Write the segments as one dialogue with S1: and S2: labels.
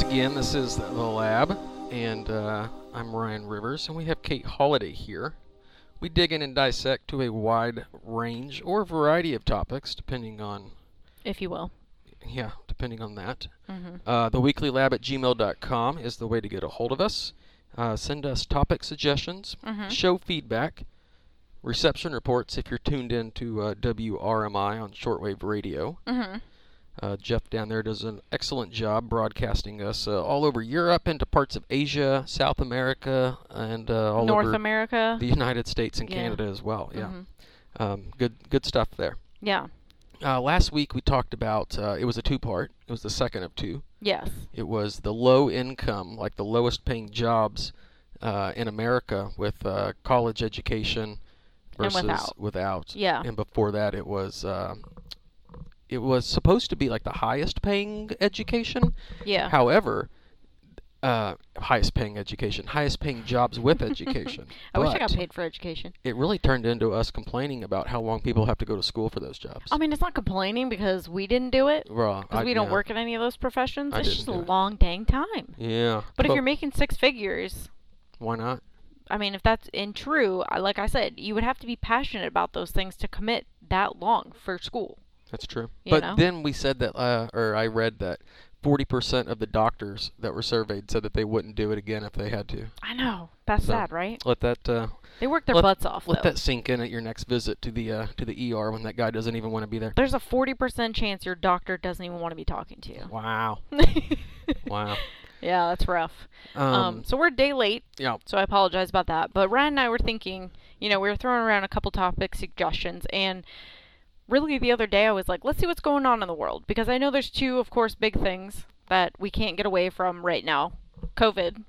S1: again, this is The Lab, and uh, I'm Ryan Rivers, and we have Kate Holiday here. We dig in and dissect to a wide range or variety of topics, depending on,
S2: if you will.
S1: yeah, depending on that.
S2: Mm-hmm.
S1: Uh, the weekly lab at gmail.com is the way to get a hold of us. Uh, send us topic suggestions,
S2: Mhm.
S1: show feedback, reception reports if you're tuned in to uh, WRMI on shortwave radio.
S2: Mm-hmm.
S1: Uh, Jeff down there does an excellent job broadcasting us uh, all over Europe, into parts of Asia, South America, and uh, all
S2: North
S1: over
S2: America.
S1: the United States and
S2: Yeah.
S1: Canada as well. Yeah,
S2: Mhm.
S1: um, good good stuff there.
S2: Yeah.
S1: Uh, last week we talked about uh, it was a two part. It was the second of two.
S2: Yes.
S1: It was the low income, like the lowest paying jobs uh, in America with uh, college education
S2: And
S1: versus
S2: without.
S1: without.
S2: Yeah.
S1: And before that, it was um, it was supposed to be like the highest paying education.
S2: Yeah.
S1: However, uh, highest paying education, highest paying jobs with education.
S2: I wish I got
S1: But
S2: paid for education.
S1: It really turned into us complaining about how long people have to go to school for those jobs.
S2: I mean, it's not complaining because we didn't do it
S1: Well, I-
S2: because we don't
S1: yeah.
S2: work in any of those professions.
S1: I
S2: it's
S1: didn't
S2: just a
S1: do it.
S2: long dang time.
S1: Yeah.
S2: But if you're making six figures,
S1: why not?
S2: I mean, if that's in true, I- like I said, you would have to be passionate about those things to commit that long for school.
S1: That's true.
S2: You
S1: but
S2: know?
S1: then we said that, uh, or I read that 40% of the doctors that were surveyed said that they wouldn't do it again if they had to.
S2: I know. That's
S1: So-
S2: sad, right?
S1: Let that uh,
S2: They work their
S1: let-
S2: butts off,
S1: let
S2: though.
S1: that sink in at your next visit to the uh, to the ER when that guy doesn't even want to be there.
S2: There's a 40% chance your doctor doesn't even want to be talking to you. Hmm.
S1: Wow. Wow.
S2: yeah, that's rough.
S1: Um,
S2: um, so we're a day late.
S1: yeah.
S2: So I apologize about that. But Ryan and I were thinking, you know, we were throwing around a couple topic suggestions and really the other day I was like, let's see what's going on in the world because I know there's two of course big things that we can't get away from right now. COVID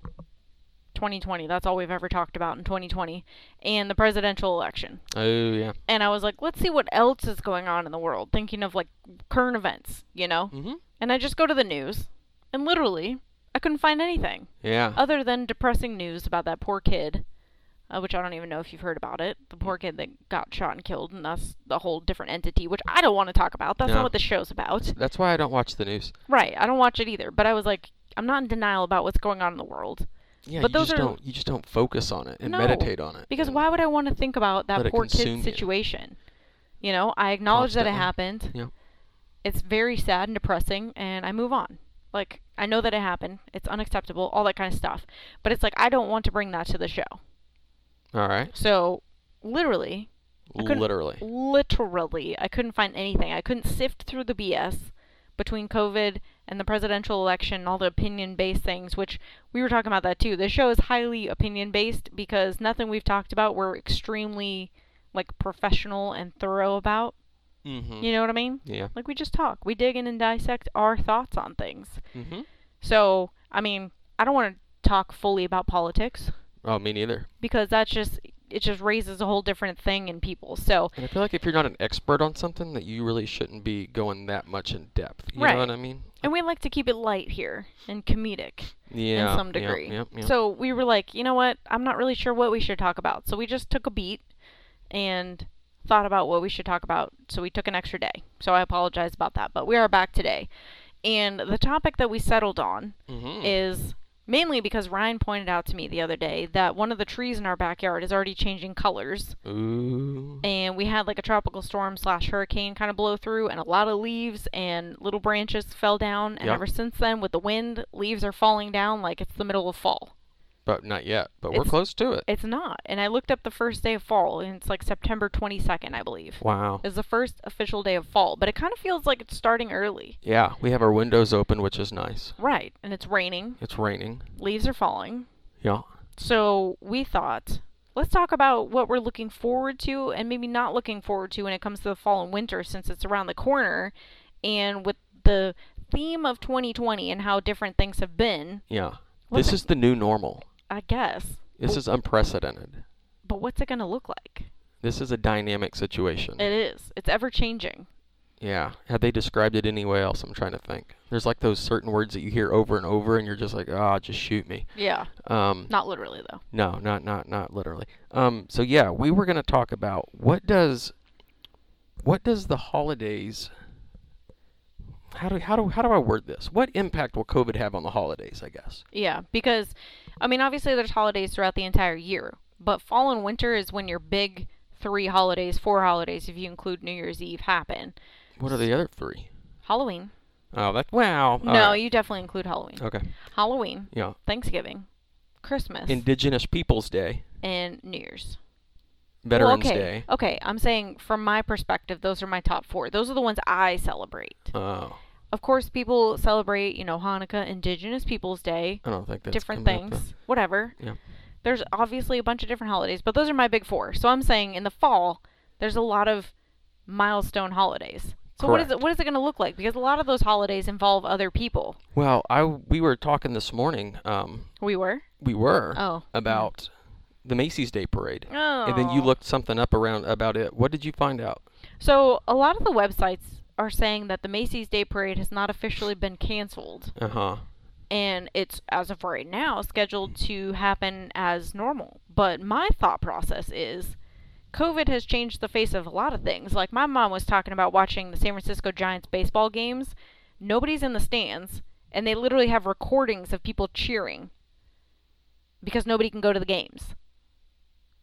S2: 2020, that's all we've ever talked about in 2020 and the presidential election.
S1: Oh yeah.
S2: And I was like, let's see what else is going on in the world, thinking of like current events, you know?
S1: Mhm.
S2: And I just go to the news and literally I couldn't find anything
S1: Yeah.
S2: other than depressing news about that poor kid, uh, which I don't even know if you've heard about it. The poor kid that got shot and killed, and that's the whole different entity, which I don't want to talk about. That's
S1: No.
S2: not what the show's about.
S1: That's why I don't watch the news.
S2: Right. I don't watch it either. But I was like, I'm not in denial about what's going on in the world.
S1: Yeah,
S2: But
S1: you
S2: those
S1: just
S2: are-
S1: don't you just don't focus on it and
S2: No,
S1: meditate on it.
S2: Because
S1: and-
S2: why would I want to think
S1: Let
S2: about that
S1: it
S2: poor
S1: consume
S2: kid's
S1: you.
S2: situation? You know, I acknowledge that it
S1: Constantly.
S2: happened.
S1: Yeah.
S2: It's very sad and depressing, and I move on. Like, I know that it happened. It's unacceptable, all that kind of stuff. But it's like, I don't want to bring that to the show.
S1: All right.
S2: So, literally, I couldn't-
S1: Literally.
S2: literally i couldn't find anything i couldn't sift through the bs between covid and the presidential election and all the opinion based things which we were talking about that too the show is highly opinion based because nothing we've talked about we're extremely like professional and thorough about
S1: Mm-hmm.
S2: you know what i mean
S1: Yeah.
S2: like we just talk we dig in and dissect our thoughts on things
S1: Mm-hmm.
S2: so i mean i don't want to talk fully about politics
S1: Oh, me neither.
S2: because that's just it just raises a whole different thing in people so
S1: And I feel like if you're not an expert on something, that you really shouldn't be going that much in depth. You
S2: Right.
S1: know what I mean?
S2: and we like to keep it light here and comedic
S1: Yeah.
S2: in some
S1: yeah,
S2: degree.
S1: Yeah, yeah.
S2: So we were like, you know what? I'm not really sure what we should talk about. So we just took a beat and thought about what we should talk about. So we took an extra day. So I apologize about that, but we are back today. And the topic that we settled on
S1: Mhm.
S2: is mainly because Ryan pointed out to me the other day that one of the trees in our backyard is already changing colors
S1: Ooh.
S2: and we had like a tropical storm slash hurricane kind of blow through and a lot of leaves and little branches fell down and
S1: Yep.
S2: ever since then with the wind leaves are falling down like it's the middle of fall
S1: But not yet. But we're
S2: It's-
S1: close to it.
S2: it's not and i looked up the first day of fall and it's like september 22nd i believe
S1: Wow.
S2: is the first official day of fall but it kind of feels like it's starting early
S1: Yeah, we have our windows open, which is nice.
S2: right and it's raining
S1: It's raining.
S2: leaves are falling
S1: Yeah.
S2: so we thought let's talk about what we're looking forward to and maybe not looking forward to when it comes to the fall and winter since it's around the corner and with the theme of 2020 and how different things have been
S1: Yeah.
S2: What's
S1: This is the new normal.
S2: i guess
S1: This is unprecedented.
S2: but what's it going to look like
S1: This is a dynamic situation.
S2: it is it's ever changing
S1: Yeah. Had they described it anyway else? I'm trying to think. There's like those certain words that you hear over and over, and you're just like, ah, just shoot me.
S2: yeah
S1: Um,
S2: not literally though
S1: no, not not not literally. Um, so yeah, we were gonna talk about what does what does the holidays. how do how do how do I word this? What impact will COVID have on the holidays? I guess.
S2: Yeah, because I mean, obviously there's holidays throughout the entire year, but fall and winter is when your big three holidays, four holidays, if you include New Year's Eve, happen.
S1: What are the other three?
S2: Halloween.
S1: Oh, that wow.
S2: no,
S1: alright.
S2: you definitely include Halloween.
S1: Okay.
S2: Halloween,
S1: Yeah.
S2: Thanksgiving, Christmas,
S1: Indigenous Peoples Day,
S2: and New Year's. Well,
S1: Veterans
S2: okay.
S1: Day.
S2: Okay, I'm saying from my perspective, those are my top four. Those are the ones I celebrate.
S1: Oh,
S2: Of course, people celebrate, you know, Hanukkah, Indigenous Peoples Day,
S1: I don't think that's
S2: different
S1: coming up,
S2: things, whatever.
S1: Yeah.
S2: There's obviously a bunch of different holidays, but those are my big four. So I'm saying in the fall, there's a lot of milestone holidays. So what is
S1: Correct.
S2: it? What is it going to look like? Because a lot of those holidays involve other people.
S1: though. Well, I we were talking this morning. Um,
S2: We were.
S1: we were
S2: Oh.
S1: about the Macy's Day Parade,
S2: Oh.
S1: and then you looked something up around about it. What did you find out?
S2: So a lot of the websites are saying that the Macy's Day Parade has not officially been canceled,
S1: Uh huh.
S2: and it's as of right now scheduled to happen as normal. But my thought process is. COVID has changed the face of a lot of things. Like my mom was talking about watching the San Francisco Giants baseball games. Nobody's in the stands, and they literally have recordings of people cheering because nobody can go to the games.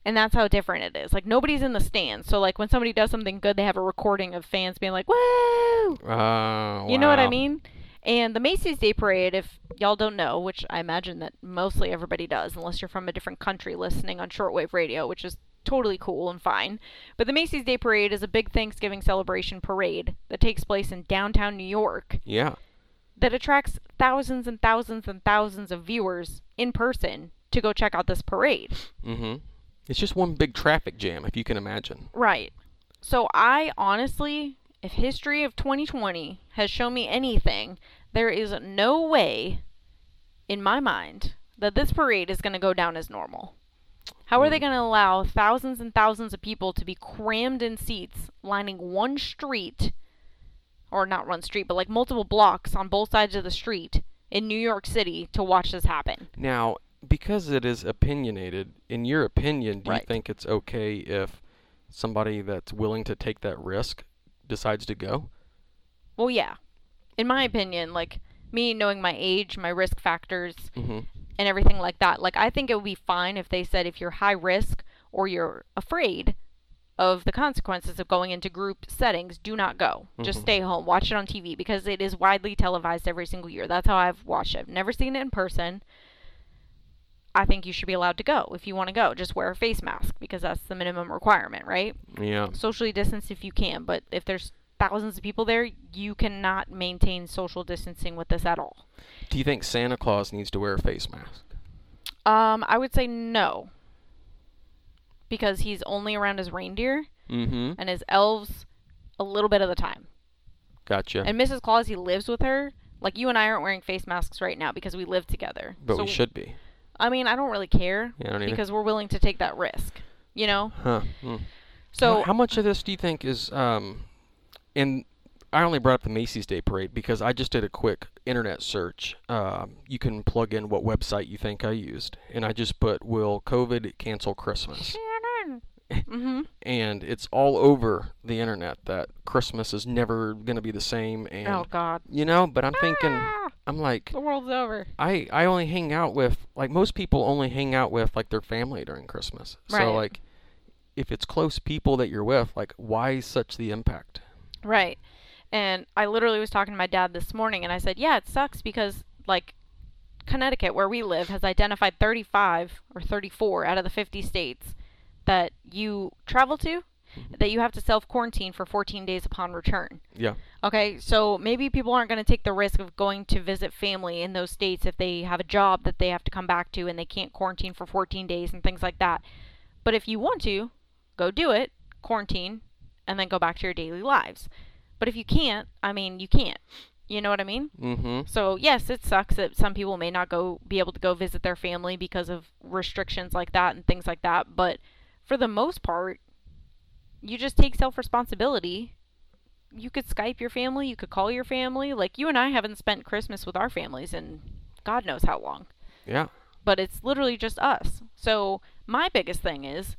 S2: And that's how different it is. Like nobody's in the stands. So like when somebody does something good, they have a recording of fans being like, "Woo!"
S1: Uh,
S2: You know what I
S1: wow.
S2: mean? And the Macy's Day Parade, if y'all don't know, which I imagine that mostly everybody does, unless you're from a different country listening on shortwave radio, which is totally cool and fine. But the Macy's Day Parade is a big Thanksgiving celebration parade that takes place in downtown New York
S1: Yeah.
S2: that attracts thousands and thousands and thousands of viewers in person to go check out this parade.
S1: Mm-hmm. It's just one big traffic jam, if you can imagine.
S2: Right. So I honestly, if history of 2020 has shown me anything, there is no way in my mind that this parade is going to go down as normal. How are they going to allow thousands and thousands of people to be crammed in seats lining one street or not one street, but like multiple blocks on both sides of the street in New York City to watch this happen?
S1: Now, because it is opinionated, in your opinion, do you
S2: Right.
S1: think it's okay if somebody that's willing to take that risk decides to go?
S2: Well, yeah. In my opinion, like me knowing my age, my risk factors,
S1: Mm-hmm.
S2: and everything like that. Like I think it would be fine if they said if you're high risk or you're afraid of the consequences of going into group settings, do not go. Just
S1: Mhm.
S2: stay home, watch it on TV because it is widely televised every single year. That's how I've watched it. I've never seen it in person. I think you should be allowed to go if you want to go. Just wear a face mask because that's the minimum requirement, right?
S1: Yeah.
S2: Socially distance if you can, but if there's thousands of people there, you cannot maintain social distancing with this at all.
S1: Do you think Santa Claus needs to wear a face mask?
S2: Um, I would say no. Because he's only around his reindeer
S1: Mm-hmm.
S2: and his elves a little bit of the time.
S1: Gotcha.
S2: And Mrs. Claus, he lives with her. Like you and I aren't wearing face masks right now because we live together.
S1: but
S2: so,
S1: we should be.
S2: I mean, I don't really care
S1: Yeah, I don't either.
S2: because we're willing to take that risk. You know.
S1: Huh. Mm.
S2: So
S1: how, how much of this do you think is um and I only brought up the Macy's Day Parade because I just did a quick internet search. Um, you can plug in what website you think I used, and I just put "Will COVID cancel Christmas?"
S2: hmm
S1: and it's all over the internet that Christmas is never going to be the same, and
S2: Oh God.
S1: you know. But I'm thinking,
S2: Ah,
S1: I'm like,
S2: the world's over.
S1: I I only hang out with like most people only hang out with like their family during Christmas.
S2: Right.
S1: So like if it's close people that you're with, like why such the impact?
S2: Right. And I literally was talking to my dad this morning and I said, "Yeah, it sucks because like Connecticut where we live has identified 35 or 34 out of the 50 states that you travel to that you have to self-quarantine for 14 days upon return."
S1: Yeah.
S2: Okay, so maybe people aren't going to take the risk of going to visit family in those states if they have a job that they have to come back to and they can't quarantine for 14 days and things like that. But if you want to, go do it, quarantine, and then go back to your daily lives. But if you can't, I mean, you can't. You know what I mean?
S1: Mm-hmm.
S2: So, yes, it sucks that some people may not go be able to go visit their family because of restrictions like that and things like that, but for the most part, you just take self responsibility. You could Skype your family, you could call your family. Like you and I haven't spent Christmas with our families in God knows how long
S1: Yeah.
S2: but it's literally just us. So my biggest thing is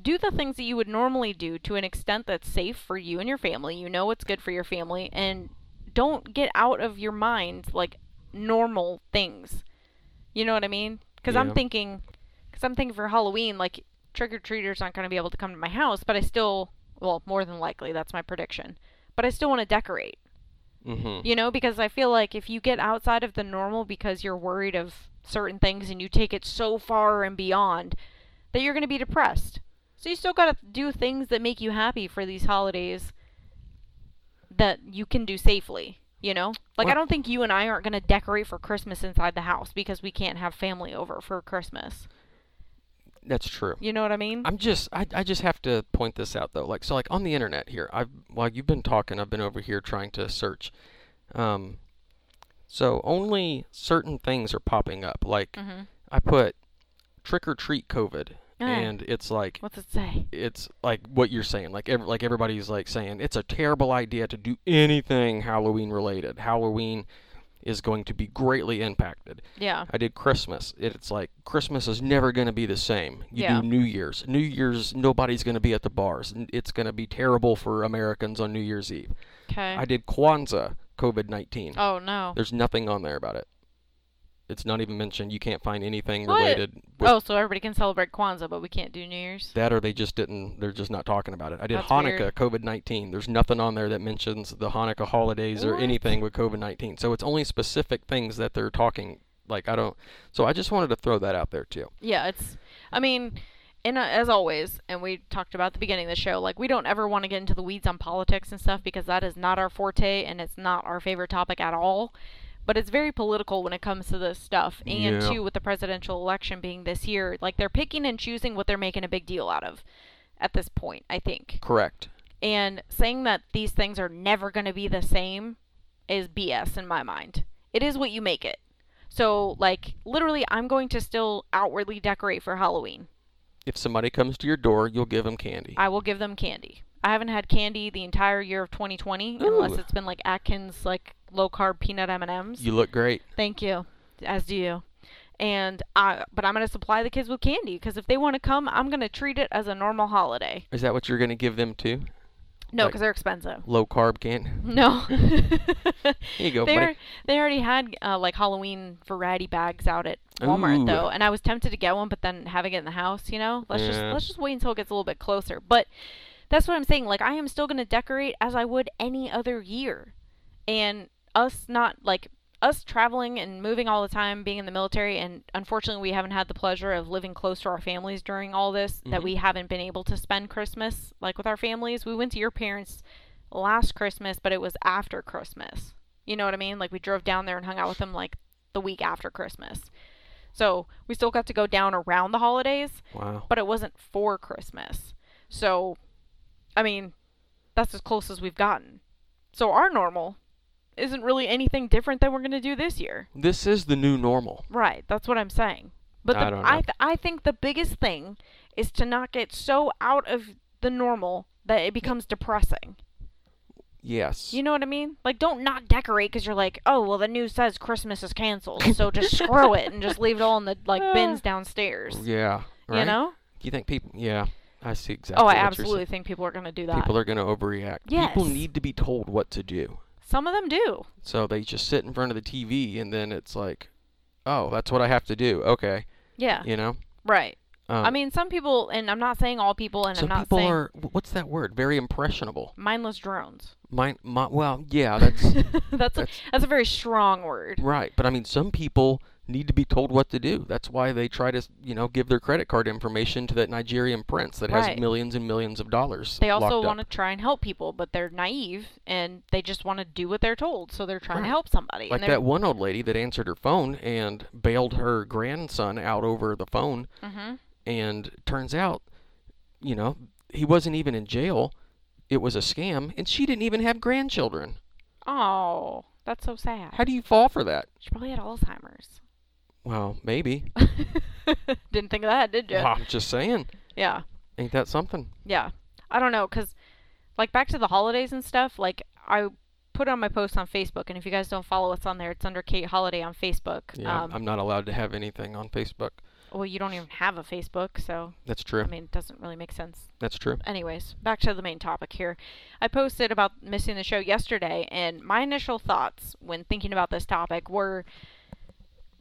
S2: do the things that you would normally do to an extent that's safe for you and your family. You know what's good for your family and don't get out of your mind like normal things. You know what I mean? Because I'm
S1: Yeah.
S2: thinking, because I'm thinking for Halloween, like trick or treaters aren't going to be able to come to my house, but I still, well, more than likely, that's my prediction. But I still want to decorate.
S1: Mm-hmm.
S2: You know, because I feel like if you get outside of the normal because you're worried of certain things and you take it so far and beyond, that you're going to be depressed. So you still got to do things that make you happy for these holidays that you can do safely, you know? Like I
S1: Well-
S2: don't think you and I aren't going to decorate for Christmas inside the house because we can't have family over for Christmas.
S1: That's true.
S2: You know what I mean?
S1: I'm just I, I just have to point this out though. Like so like on the internet here, I've while you've been talking, I've been over here trying to search. Um so only certain things are popping up. Like
S2: Mhm.
S1: I put trick or treat COVID
S2: Ah.
S1: and it's like
S2: What's it say?
S1: it's like what you're saying. Like ev- like everybody's like saying it's a terrible idea to do anything Halloween related. Halloween is going to be greatly impacted.
S2: Yeah.
S1: I did Christmas. It's like Christmas is never going to be the same. You
S2: Yeah.
S1: do New Year's. New Year's, nobody's going to be at the bars. N- It's going to be terrible for Americans on New Year's Eve.
S2: Okay.
S1: I did Kwanzaa, COVID 19.
S2: oh no.
S1: There's nothing on there about it. It's not even mentioned. You can't find anything
S2: What?
S1: related with
S2: Oh, so everybody can celebrate Kwanzaa, but we can't do New Year's.
S1: that, or they just didn't. They're just not talking about it. I did
S2: That's
S1: Hanukkah,
S2: weird.
S1: COVID 19. There's nothing on there that mentions the Hanukkah holidays or
S2: What?
S1: anything with COVID 19. So it's only specific things that they're talking. Like, I don't. So I just wanted to throw that out there, too.
S2: Yeah, it's. I mean, and uh, as always, and we talked about at the beginning of the show, like we don't ever want to get into the weeds on politics and stuff because that is not our forte and it's not our favorite topic at all. But it's very political when it comes to this stuff, and
S1: Yeah.
S2: too with the presidential election being this year, like they're picking and choosing what they're making a big deal out of at this point. I think
S1: Correct.
S2: and saying that these things are never going to be the same is BS in my mind. It is what you make it. So, like, literally, I'm going to still outwardly decorate for Halloween.
S1: If somebody comes to your door, you'll give them candy.
S2: I will give them candy. I haven't had candy the entire year of 2020, unless
S1: Ooh.
S2: it's been like Atkins, like low carb peanut M and M's.
S1: You look great.
S2: Thank you, as do you. And I, but I'm gonna supply the kids with candy because if they want to come, I'm gonna treat it as a normal holiday.
S1: Is that what you're going to give them too?
S2: No,
S1: Like-
S2: because they're expensive.
S1: Low carb candy.
S2: No.
S1: Here you go,
S2: they,
S1: buddy.
S2: were- they already had uh, like Halloween variety bags out at Walmart
S1: Ooh.
S2: though, and I was tempted to get one, but then having it in the house, you know, let's just
S1: Yeah.
S2: let's just wait until it gets a little bit closer. But that's what I'm saying. Like I am still gonna decorate as I would any other year, and us not like us traveling and moving all the time, being in the military, and unfortunately we haven't had the pleasure of living close to our families during all this. That
S1: Mhm.
S2: we haven't been able to spend Christmas like with our families. We went to your parents last Christmas, but it was after Christmas. You know what I mean? Like we drove down there and hung out with them like the week after Christmas. So we still got to go down around the holidays,
S1: Wow.
S2: but it wasn't for Christmas. So, I mean, that's as close as we've gotten. So our normal isn't really anything different than we're going to do this year.
S1: This is the new normal.
S2: Right, that's what I'm saying. But the,
S1: I
S2: I,
S1: don't know.
S2: th- I think the biggest thing is to not get so out of the normal that it becomes depressing.
S1: Yes.
S2: You know what I mean? Like, don't not decorate because you're like, oh, well, the news says Christmas is canceled, so just screw it and just leave it all in the like bins downstairs.
S1: yeah. Right?
S2: You know?
S1: You think people? Yeah. I see exactly.
S2: Oh, I
S1: what you're
S2: absolutely
S1: saying.
S2: think people are gonna do that.
S1: People are going to overreact. People
S2: Yes.
S1: need to be told what to do.
S2: Some of them do.
S1: So they just sit in front of the TV, and then it's like, oh, that's what I have to do. Okay.
S2: Yeah.
S1: You know.
S2: Right.
S1: Um,
S2: Uh, I mean, some people, and I'm not saying all people, and
S1: some
S2: I'm not
S1: people
S2: saying
S1: are. wh- What's that word? Very impressionable.
S2: mindless drones.
S1: Mine. My, well, yeah. That's
S2: that's a,
S1: that's-
S2: that's a very strong word.
S1: Right, but I mean, some people need to be told what to do. That's why they try to, you know, give their credit card information to that Nigerian prince that
S2: Right.
S1: has millions and millions of dollars.
S2: They also
S1: locked up.
S2: want to try and help people, but they're naive and they just want to do what they're told. So they're trying
S1: Right.
S2: to help somebody.
S1: like
S2: and they're,
S1: that one old lady that answered her phone and bailed her grandson out over the phone,
S2: Mhm.
S1: and turns out, you know, he wasn't even in jail. It was a scam, and she didn't even have grandchildren.
S2: Oh, that's so sad.
S1: How do you fall for that?
S2: She probably had Alzheimer's.
S1: Well, maybe.
S2: Didn't think of that, did you?
S1: I'm just saying.
S2: Yeah.
S1: Ain't that something?
S2: Yeah. I don't know, because, like, back to the holidays and stuff, like, I put on my post on Facebook, and if you guys don't follow us on there, it's under Kate Holiday on Facebook.
S1: Yeah,
S2: um,
S1: I'm not allowed to have anything on Facebook.
S2: Well, you don't even have a Facebook, so
S1: That's true.
S2: I mean, uh, it doesn't really make sense.
S1: That's true.
S2: Anyways, back to the main topic here. I posted about missing the show yesterday, and my initial thoughts when thinking about this topic were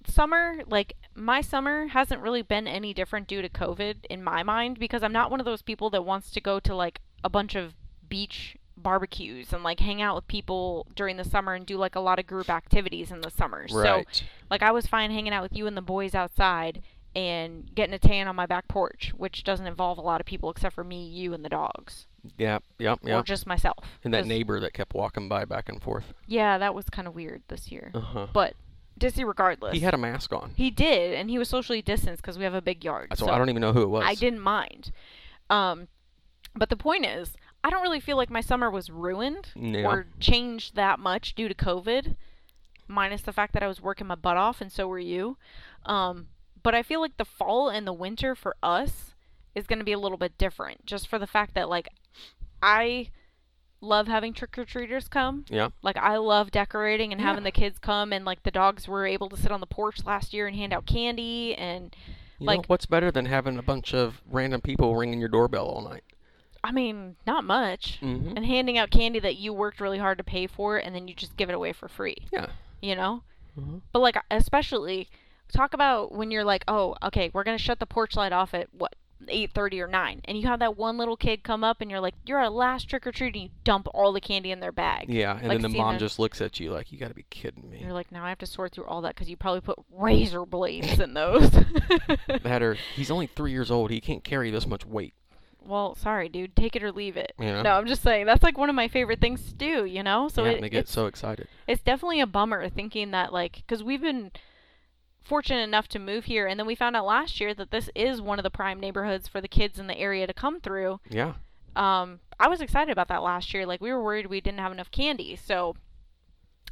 S2: summer, like my summer hasn't really been any different due to COVID in my mind because I'm not one of those people that wants to go to like a bunch of beach barbecues and like hang out with people during the summer and do like a lot of group activities in the summer. So
S1: Right.
S2: like I was fine hanging out with you and the boys outside and getting a tan on my back porch, which doesn't involve a lot of people except for me, you, and the dogs,
S1: yeah, yeah, yeah.
S2: or just myself.
S1: And that
S2: 'cause-
S1: neighbor that kept walking by back and forth.
S2: Yeah, that was kind of weird this year.
S1: Uh-huh.
S2: But Dizzy, regardless,
S1: He had a mask on.
S2: he did, and he was socially distanced because we have a big yard.
S1: So, I don't even know who it was.
S2: I didn't mind. Um, but the point is, I don't really feel like my summer was ruined
S1: Yeah.
S2: or changed that much due to COVID, minus the fact that I was working my butt off, and so were you. Um, but I feel like the fall and the winter for us is going to be a little bit different, just for the fact that like I love having trick or treaters come.
S1: Yeah.
S2: Like I love decorating and having
S1: Yeah.
S2: the kids come, and like the dogs were able to sit on the porch last year and hand out candy and
S1: You know,
S2: like-
S1: what's better than having a bunch of random people ringing your doorbell all night?
S2: I mean, not much.
S1: Mhm.
S2: And handing out candy that you worked really hard to pay for and then you just give it away for free,
S1: Yeah.
S2: you know?
S1: Mhm.
S2: But like especially talk about when you're like, "Oh, okay, we're going to shut the porch light off at what? 8:30 or 9." And you have that one little kid come up and you're like, "You're our last trick or treat." And you dump all the candy in their bag.
S1: Yeah, and
S2: Like
S1: then the
S2: seeing
S1: mom
S2: them-
S1: just looks at you like, you got to be kidding me.
S2: And you're like, "Now I have to sort through all that cuz you probably put razor blades in those."
S1: That or he's only three years old. He can't carry this much weight.
S2: well, sorry, dude. Take it or leave it.
S1: You know?
S2: No, I'm just saying that's like one of my favorite things to do, you know? So
S1: yeah,
S2: it,
S1: and they get
S2: it's
S1: so excited.
S2: it's definitely a bummer thinking that like because we've been fortunate enough to move here and then we found out last year that this is one of the prime neighborhoods for the kids in the area to come through
S1: Yeah.
S2: um i was excited about that last year like we were worried we didn't have enough candy so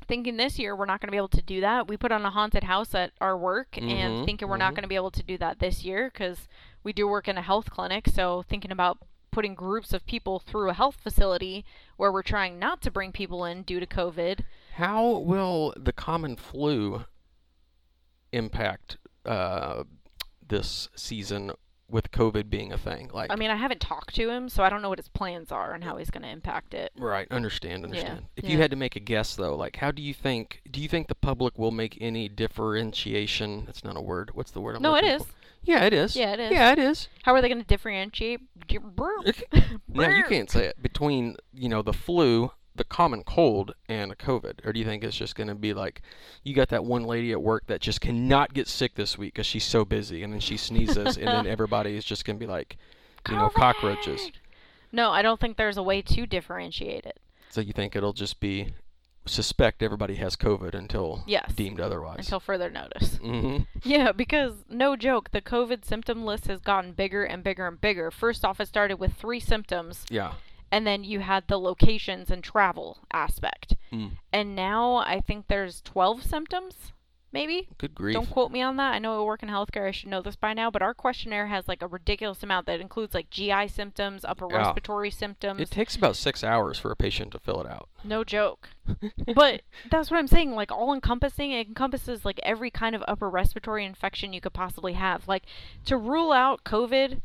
S2: thinking this year we're not going to be able to do that we put on a haunted house at our work
S1: Mhm,
S2: and thinking we're not
S1: mhm.
S2: going to be able to do that this year because we do work in a health clinic so thinking about putting groups of people through a health facility where we're trying not to bring people in due to covid
S1: How will the common flu impact uh, this season with COVID being a thing? Like,
S2: I mean, I haven't talked to him, so I don't know what his plans are and how he's going to impact it.
S1: right? Understand, understand. If you
S2: yeah.
S1: had to make a guess, though, like, how do you think? Do you think the public will make any differentiation? That's not a word. What's the word? I'm
S2: no, it
S1: looking
S2: is.
S1: for? Yeah, it is.
S2: Yeah, it is.
S1: Yeah, it is.
S2: How are they going to differentiate? No,
S1: No, you can't say it between you know the flu, the common cold, and a COVID. Or do you think it's just going to be like you got that one lady at work that just cannot get sick this week because she's so busy, and then she sneezes, and then everybody is just going to be like, you know, cockroaches.
S2: No, I don't think there's a way to differentiate it.
S1: So you think it'll just be suspect everybody has COVID until
S2: Yes.
S1: deemed otherwise.
S2: Until further notice.
S1: hmm
S2: Yeah, because no joke, the COVID symptom list has gotten bigger and bigger and bigger. First off, it started with three symptoms,
S1: Yeah.
S2: and then you had the locations and travel aspect.
S1: Mm.
S2: And now I think there's 12 symptoms, maybe?
S1: Good grief.
S2: Don't quote me on that. I know I work in healthcare. I should know this by now. But our questionnaire has like a ridiculous amount that includes like GI symptoms, upper
S1: Yeah.
S2: respiratory symptoms.
S1: It takes about six hours for a patient to fill it out.
S2: no joke. but that's what I'm saying. Like all encompassing, it encompasses like every kind of upper respiratory infection you could possibly have. Like to rule out COVID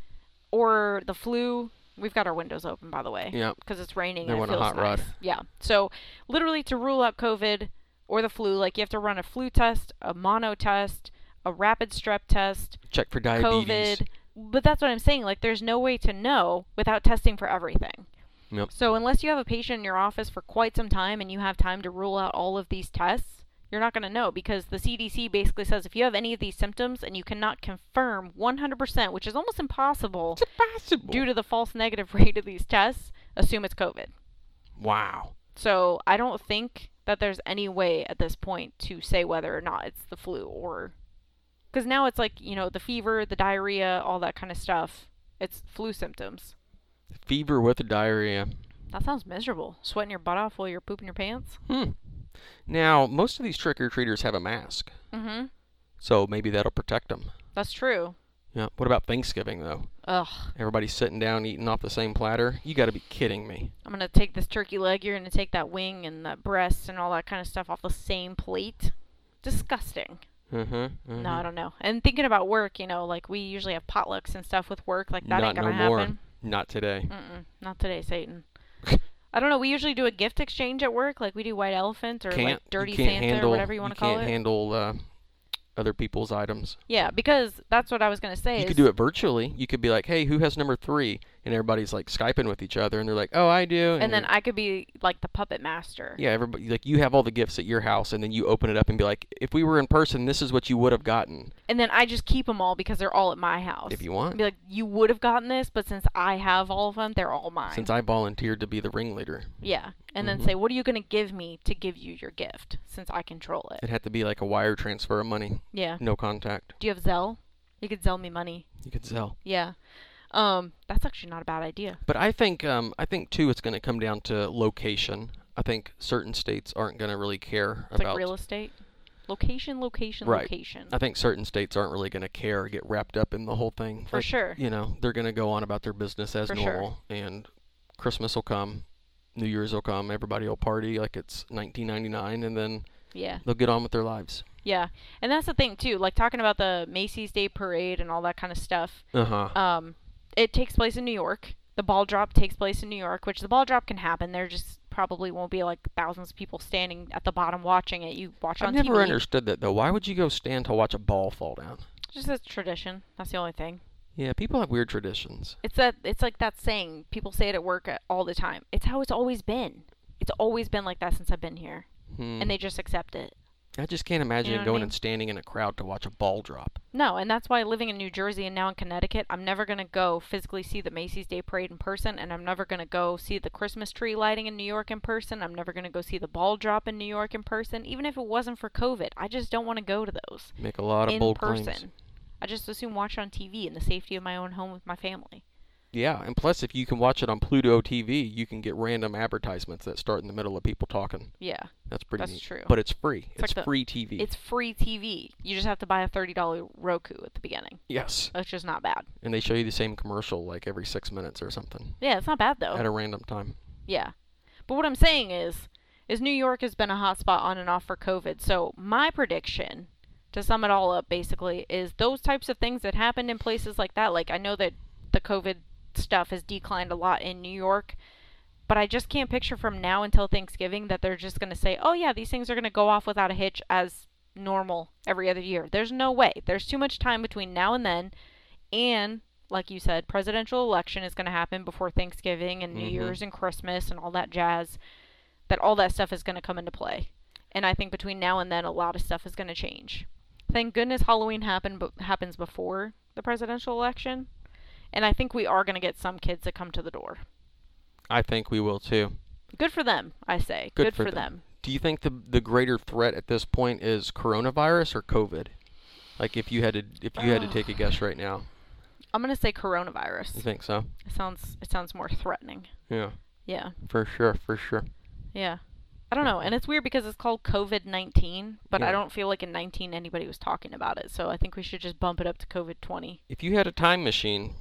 S2: or the flu. We've got our windows open, by the way.
S1: Yeah.
S2: Because it's raining.
S1: They
S2: and it
S1: want a
S2: feels
S1: hot rod.
S2: nice. Yeah. So literally to rule out COVID or the flu, like you have to run a flu test, a mono test, a rapid strep test.
S1: Check for diabetes.
S2: COVID. But that's what I'm saying. Like, there's no way to know without testing for everything.
S1: Yep.
S2: So, unless you have a patient in your office for quite some time and you have time to rule out all of these tests, you're not going to know because the CDC basically says if you have any of these symptoms and you cannot confirm 100%, which is almost impossible
S1: It's impossible.
S2: due to the false negative rate of these tests, assume it's COVID.
S1: wow.
S2: So, I don't think that there's any way at this point to say whether or not it's the flu or because now it's like, you know, the fever, the diarrhea, all that kind of stuff. It's flu symptoms.
S1: Fever with diarrhea.
S2: That sounds miserable. Sweating your butt off while you're pooping your pants.
S1: Hmm. Now, most of these trick or treaters have a mask,
S2: Mm-hmm.
S1: so maybe that'll protect them.
S2: That's true.
S1: Yeah. What about Thanksgiving though?
S2: Ugh.
S1: Everybody's sitting down eating off the same platter. You got to be kidding me.
S2: I'm gonna take this turkey leg, you're gonna take that wing and that breast and all that kind of stuff off the same plate. Disgusting.
S1: Mm-hmm,
S2: No, I don't know. And thinking about work, you know, like we usually have potlucks and stuff with work. Like that
S1: Not
S2: ain't gonna
S1: no more.
S2: happen. Mm.
S1: Not today.
S2: Mm-mm, not today, Satan. I don't know. We usually do a gift exchange at work, like we do White Elephant or
S1: can't
S2: like Dirty
S1: you can't
S2: Santa
S1: handle
S2: or whatever you want to call
S1: can't
S2: it.
S1: handle uh, other people's items.
S2: yeah, because that's what I was gonna say.
S1: You
S2: is,
S1: could do it virtually. You could be like, "Hey, who has number three? And everybody's like skyping with each other, and they're like, "Oh, I do."
S2: and then
S1: you're-
S2: I could be like the puppet master.
S1: yeah, everybody like you have all the gifts at your house, and then you open it up and be like, "If we were in person, this is what you would have gotten
S2: And then I just keep them all because they're all at my house.
S1: if you want."
S2: be like, you would have gotten this, but since I have all of them, they're all mine.
S1: Since I volunteered to be the ringleader,
S2: yeah, and
S1: Mhm.
S2: then say, what are you gonna give me to give you your gift? Since I control it.
S1: it had to be like a wire transfer of money,
S2: Yeah.
S1: no contact.
S2: Do you have Zelle? You could Zelle me money.
S1: You could sell.
S2: Yeah. Um, that's actually not a bad idea.
S1: But I think um, I think too, it's going to come down to location. I think certain states aren't going to really care
S2: It's
S1: about
S2: like real estate. Location, location,
S1: Right.
S2: location.
S1: I think certain states aren't really going to care or get wrapped up in the whole thing.
S2: For
S1: Like,
S2: sure.
S1: You know, they're going to go on about their business as
S2: For sure.
S1: normal, and Christmas will come, New Year's will come, everybody will party like it's 1999, and then
S2: Yeah.
S1: they'll get on with their lives.
S2: Yeah. And that's the thing too, like talking about the Macy's Day parade and all that kind of stuff.
S1: Uh huh.
S2: Um, it takes place in New York. The ball drop takes place in New York, which the ball drop can happen. There just probably won't be like thousands of people standing at the bottom watching it. You watch
S1: I
S2: on
S1: never
S2: TV.
S1: understood that though. Why would you go stand to watch a ball fall down?
S2: Just a tradition. That's the only thing.
S1: Yeah, people have weird traditions.
S2: It's that it's like that saying people say it at work uh, all the time. It's how it's always been. It's always been like that since I've been here,
S1: Hmm.
S2: and they just accept it.
S1: I just can't imagine
S2: know what I
S1: going
S2: mean?
S1: and standing in a crowd to watch a ball drop.
S2: No, and that's why living in New Jersey and now in Connecticut, I'm never going to go physically see the Macy's Day Parade in person, and I'm never going to go see the Christmas tree lighting in New York in person. I'm never going to go see the ball drop in New York in person, even if it wasn't for COVID. I just don't want to go to those
S1: Make a lot of
S2: in
S1: bold
S2: person.
S1: claims.
S2: I just assume watch it on TV in the safety of my own home with my family.
S1: Yeah, and plus, if you can watch it on Pluto TV, you can get random advertisements that start in the middle of people talking.
S2: Yeah,
S1: That's pretty
S2: That's
S1: neat.
S2: true.
S1: But it's free. It's,
S2: It's like the-
S1: free TV.
S2: it's free TV. You just have to buy a $30 Roku at the beginning,
S1: yes,
S2: which is not bad.
S1: and they show you the same commercial like every six minutes or something
S2: Yeah, it's not bad though.
S1: at a random time.
S2: Yeah. But what I'm saying is is New York has been a hotspot on and off for COVID. So my prediction to sum it all up basically is those types of things that happened in places like that like I know that the COVID stuff has declined a lot in New York, but I just can't picture from now until Thanksgiving that they're just going to say, "Oh yeah, these things are going to go off without a hitch as normal every other year." There's no way. There's too much time between now and then and like you said, presidential election is going to happen before Thanksgiving and New
S1: Mhm.
S2: Year's and Christmas and all that jazz. That all that stuff is going to come into play, and I think between now and then, a lot of stuff is going to change. Thank goodness Halloween happened, but happens before the presidential election, and I think we are going to get some kids that come to the door.
S1: I think we will too.
S2: Good for them, I say.
S1: Good
S2: Good,
S1: for
S2: for,
S1: them.
S2: them.
S1: Do you think the the greater threat at this point is coronavirus or COVID? Like, if you had to if you had to take a guess right now,
S2: I'm going to say
S1: you
S2: coronavirus.
S1: think so?
S2: It sounds it sounds more threatening.
S1: Yeah,
S2: Yeah.
S1: for sure, for sure.
S2: Yeah. I don't know. And it's weird because it's called COVID 19, but
S1: Yeah.
S2: I don't feel like in 19 anybody was talking about it. So I think we should just bump it up to COVID 20.
S1: If you had a time machine,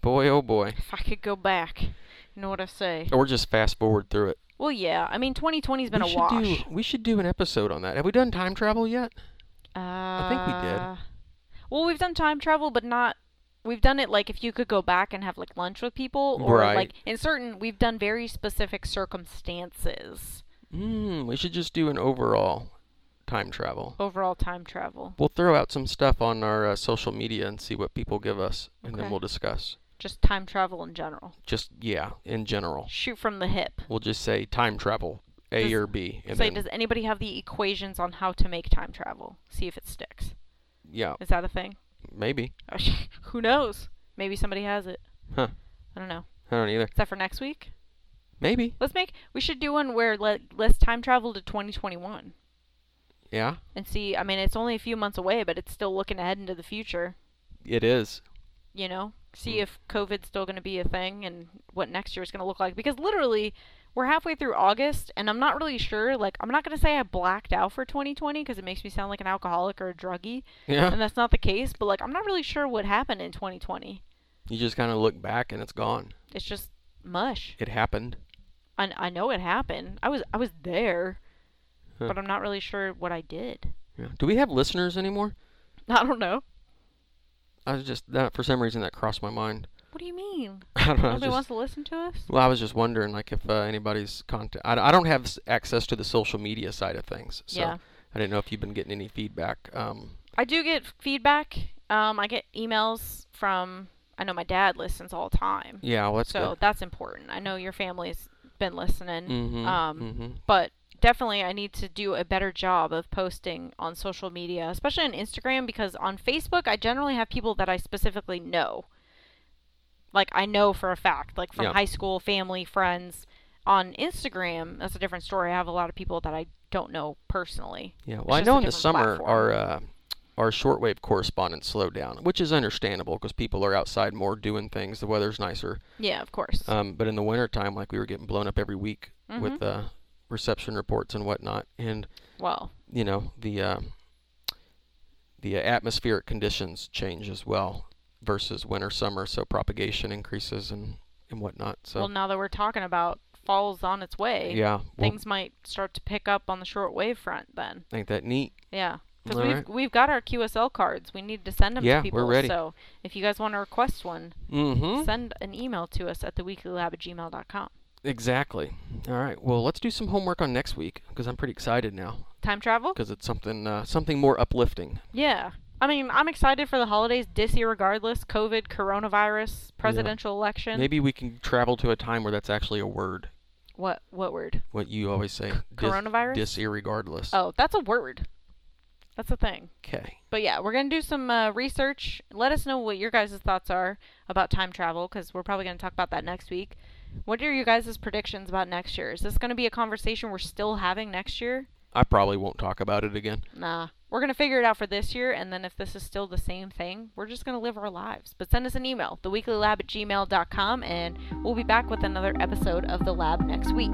S1: boy oh boy,
S2: If I could go back, you know what I say?
S1: or just fast forward through it.
S2: Well, yeah. I mean, 2020's been
S1: we
S2: a
S1: should
S2: wash.
S1: do we should do an episode on that. Have we done time travel yet?
S2: Uh,
S1: think we did.
S2: Well, we've done time travel, but not. We've done it like if you could go back and have like lunch with people, or
S1: Right.
S2: like in certain, we've done very specific circumstances.
S1: Mm, we should just do an overall time travel.
S2: Overall, time travel.
S1: We'll throw out some stuff on our uh, social media and see what people give us, and then
S2: Okay.
S1: we'll discuss.
S2: Just time travel in general.
S1: Just yeah, in general,
S2: Shoot from the hip.
S1: we'll just say time travel, A
S2: Does-
S1: or B, and
S2: Say,
S1: then
S2: does anybody have the equations on how to make time travel? See if it sticks.
S1: yeah,
S2: Is that a thing?
S1: maybe.
S2: Who knows? Maybe somebody has it.
S1: Huh.
S2: I don't know.
S1: I don't either.
S2: Is that for next week?
S1: Maybe.
S2: Let's make. We should do one where let, let's time travel to 2021
S1: Yeah,
S2: and see. I mean, it's only a few months away, but it's still looking ahead into the future.
S1: it is.
S2: You know, see
S1: Mm.
S2: if COVID's still going to be a thing and what next year is going to look like. Because literally, we're halfway through August, and I'm not really sure. Like, I'm not going to say I blacked out for 2020 because it makes me sound like an alcoholic or a druggie.
S1: Yeah.
S2: and that's not the case. But like, I'm not really sure what happened in 2020.
S1: You just kind of look back and it's gone.
S2: It's just mush.
S1: It happened.
S2: I, I know it happened. I was I was there,
S1: Huh.
S2: but I'm not really sure what I did.
S1: Yeah. Do we have listeners anymore?
S2: I don't know.
S1: I was just that for some reason that crossed my mind.
S2: What do you mean?
S1: I don't know. I was
S2: Nobody
S1: just-
S2: wants to listen to us?
S1: Well, I was just wondering, like, if uh, anybody's contact. I, I don't have s- access to the social media side of things, so
S2: Yeah.
S1: I didn't know if you've been getting any feedback. Um,
S2: I do get feedback. Um, I get emails from. I know my dad listens all the time,
S1: yeah, well, that's
S2: Mm-hmm. so
S1: good.
S2: that's important. I know your family's been listening,
S1: Mm-hmm,
S2: um,
S1: mm-hmm.
S2: but definitely I need to do a better job of posting on social media, especially on Instagram, because on Facebook I generally have people that I specifically know, like I know for a fact, like from
S1: Yeah.
S2: high school, family, friends. On Instagram, that's a different story. I have a lot of people that I don't know personally.
S1: Yeah, well, I
S2: just
S1: know
S2: a
S1: in the
S2: different
S1: summer
S2: platform.
S1: our uh, our shortwave correspondence slowed down, which is understandable because people are outside more doing things. The weather's nicer.
S2: Yeah, of course.
S1: Um, but in the wintertime, like we were getting blown up every week
S2: Mhm.
S1: with uh, reception reports and whatnot, and
S2: well,
S1: you know the uh, the atmospheric conditions change as well versus winter summer, so propagation increases and and whatnot. So
S2: well, now that we're talking about fall's on its way,
S1: yeah, well,
S2: things might start to pick up on the short wave front then.
S1: ain't that neat?
S2: Yeah. Because
S1: All
S2: we've,
S1: right.
S2: we've got our QSL cards. We need to send them
S1: Yeah,
S2: to
S1: we're
S2: people.
S1: ready.
S2: So if you guys want to request one,
S1: Mm-hmm.
S2: send an email to us at theweeklylab at gmail.com.
S1: Exactly. All right. Well, let's do some homework on next week because I'm pretty excited now.
S2: Time travel?
S1: because it's something uh, something more uplifting.
S2: Yeah. I mean, I'm excited for the holidays this year regardless. COVID, coronavirus, presidential election.
S1: Maybe we can travel to a time where that's actually a word.
S2: What what word?
S1: What you always say,
S2: Coronavirus?
S1: dis irregardless.
S2: Oh, that's a word. That's a thing.
S1: Okay.
S2: But yeah, we're going to do some uh, research. Let us know what your guys' thoughts are about time travel because we're probably going to talk about that next week. What are your guys' predictions about next year? Is this going to be a conversation we're still having next year?
S1: I probably won't talk about it again.
S2: Nah. We're going to figure it out for this year, and then if this is still the same thing, we're just going to live our lives. But send us an email, theweeklylab at gmail.com, and we'll be back with another episode of The Lab next week.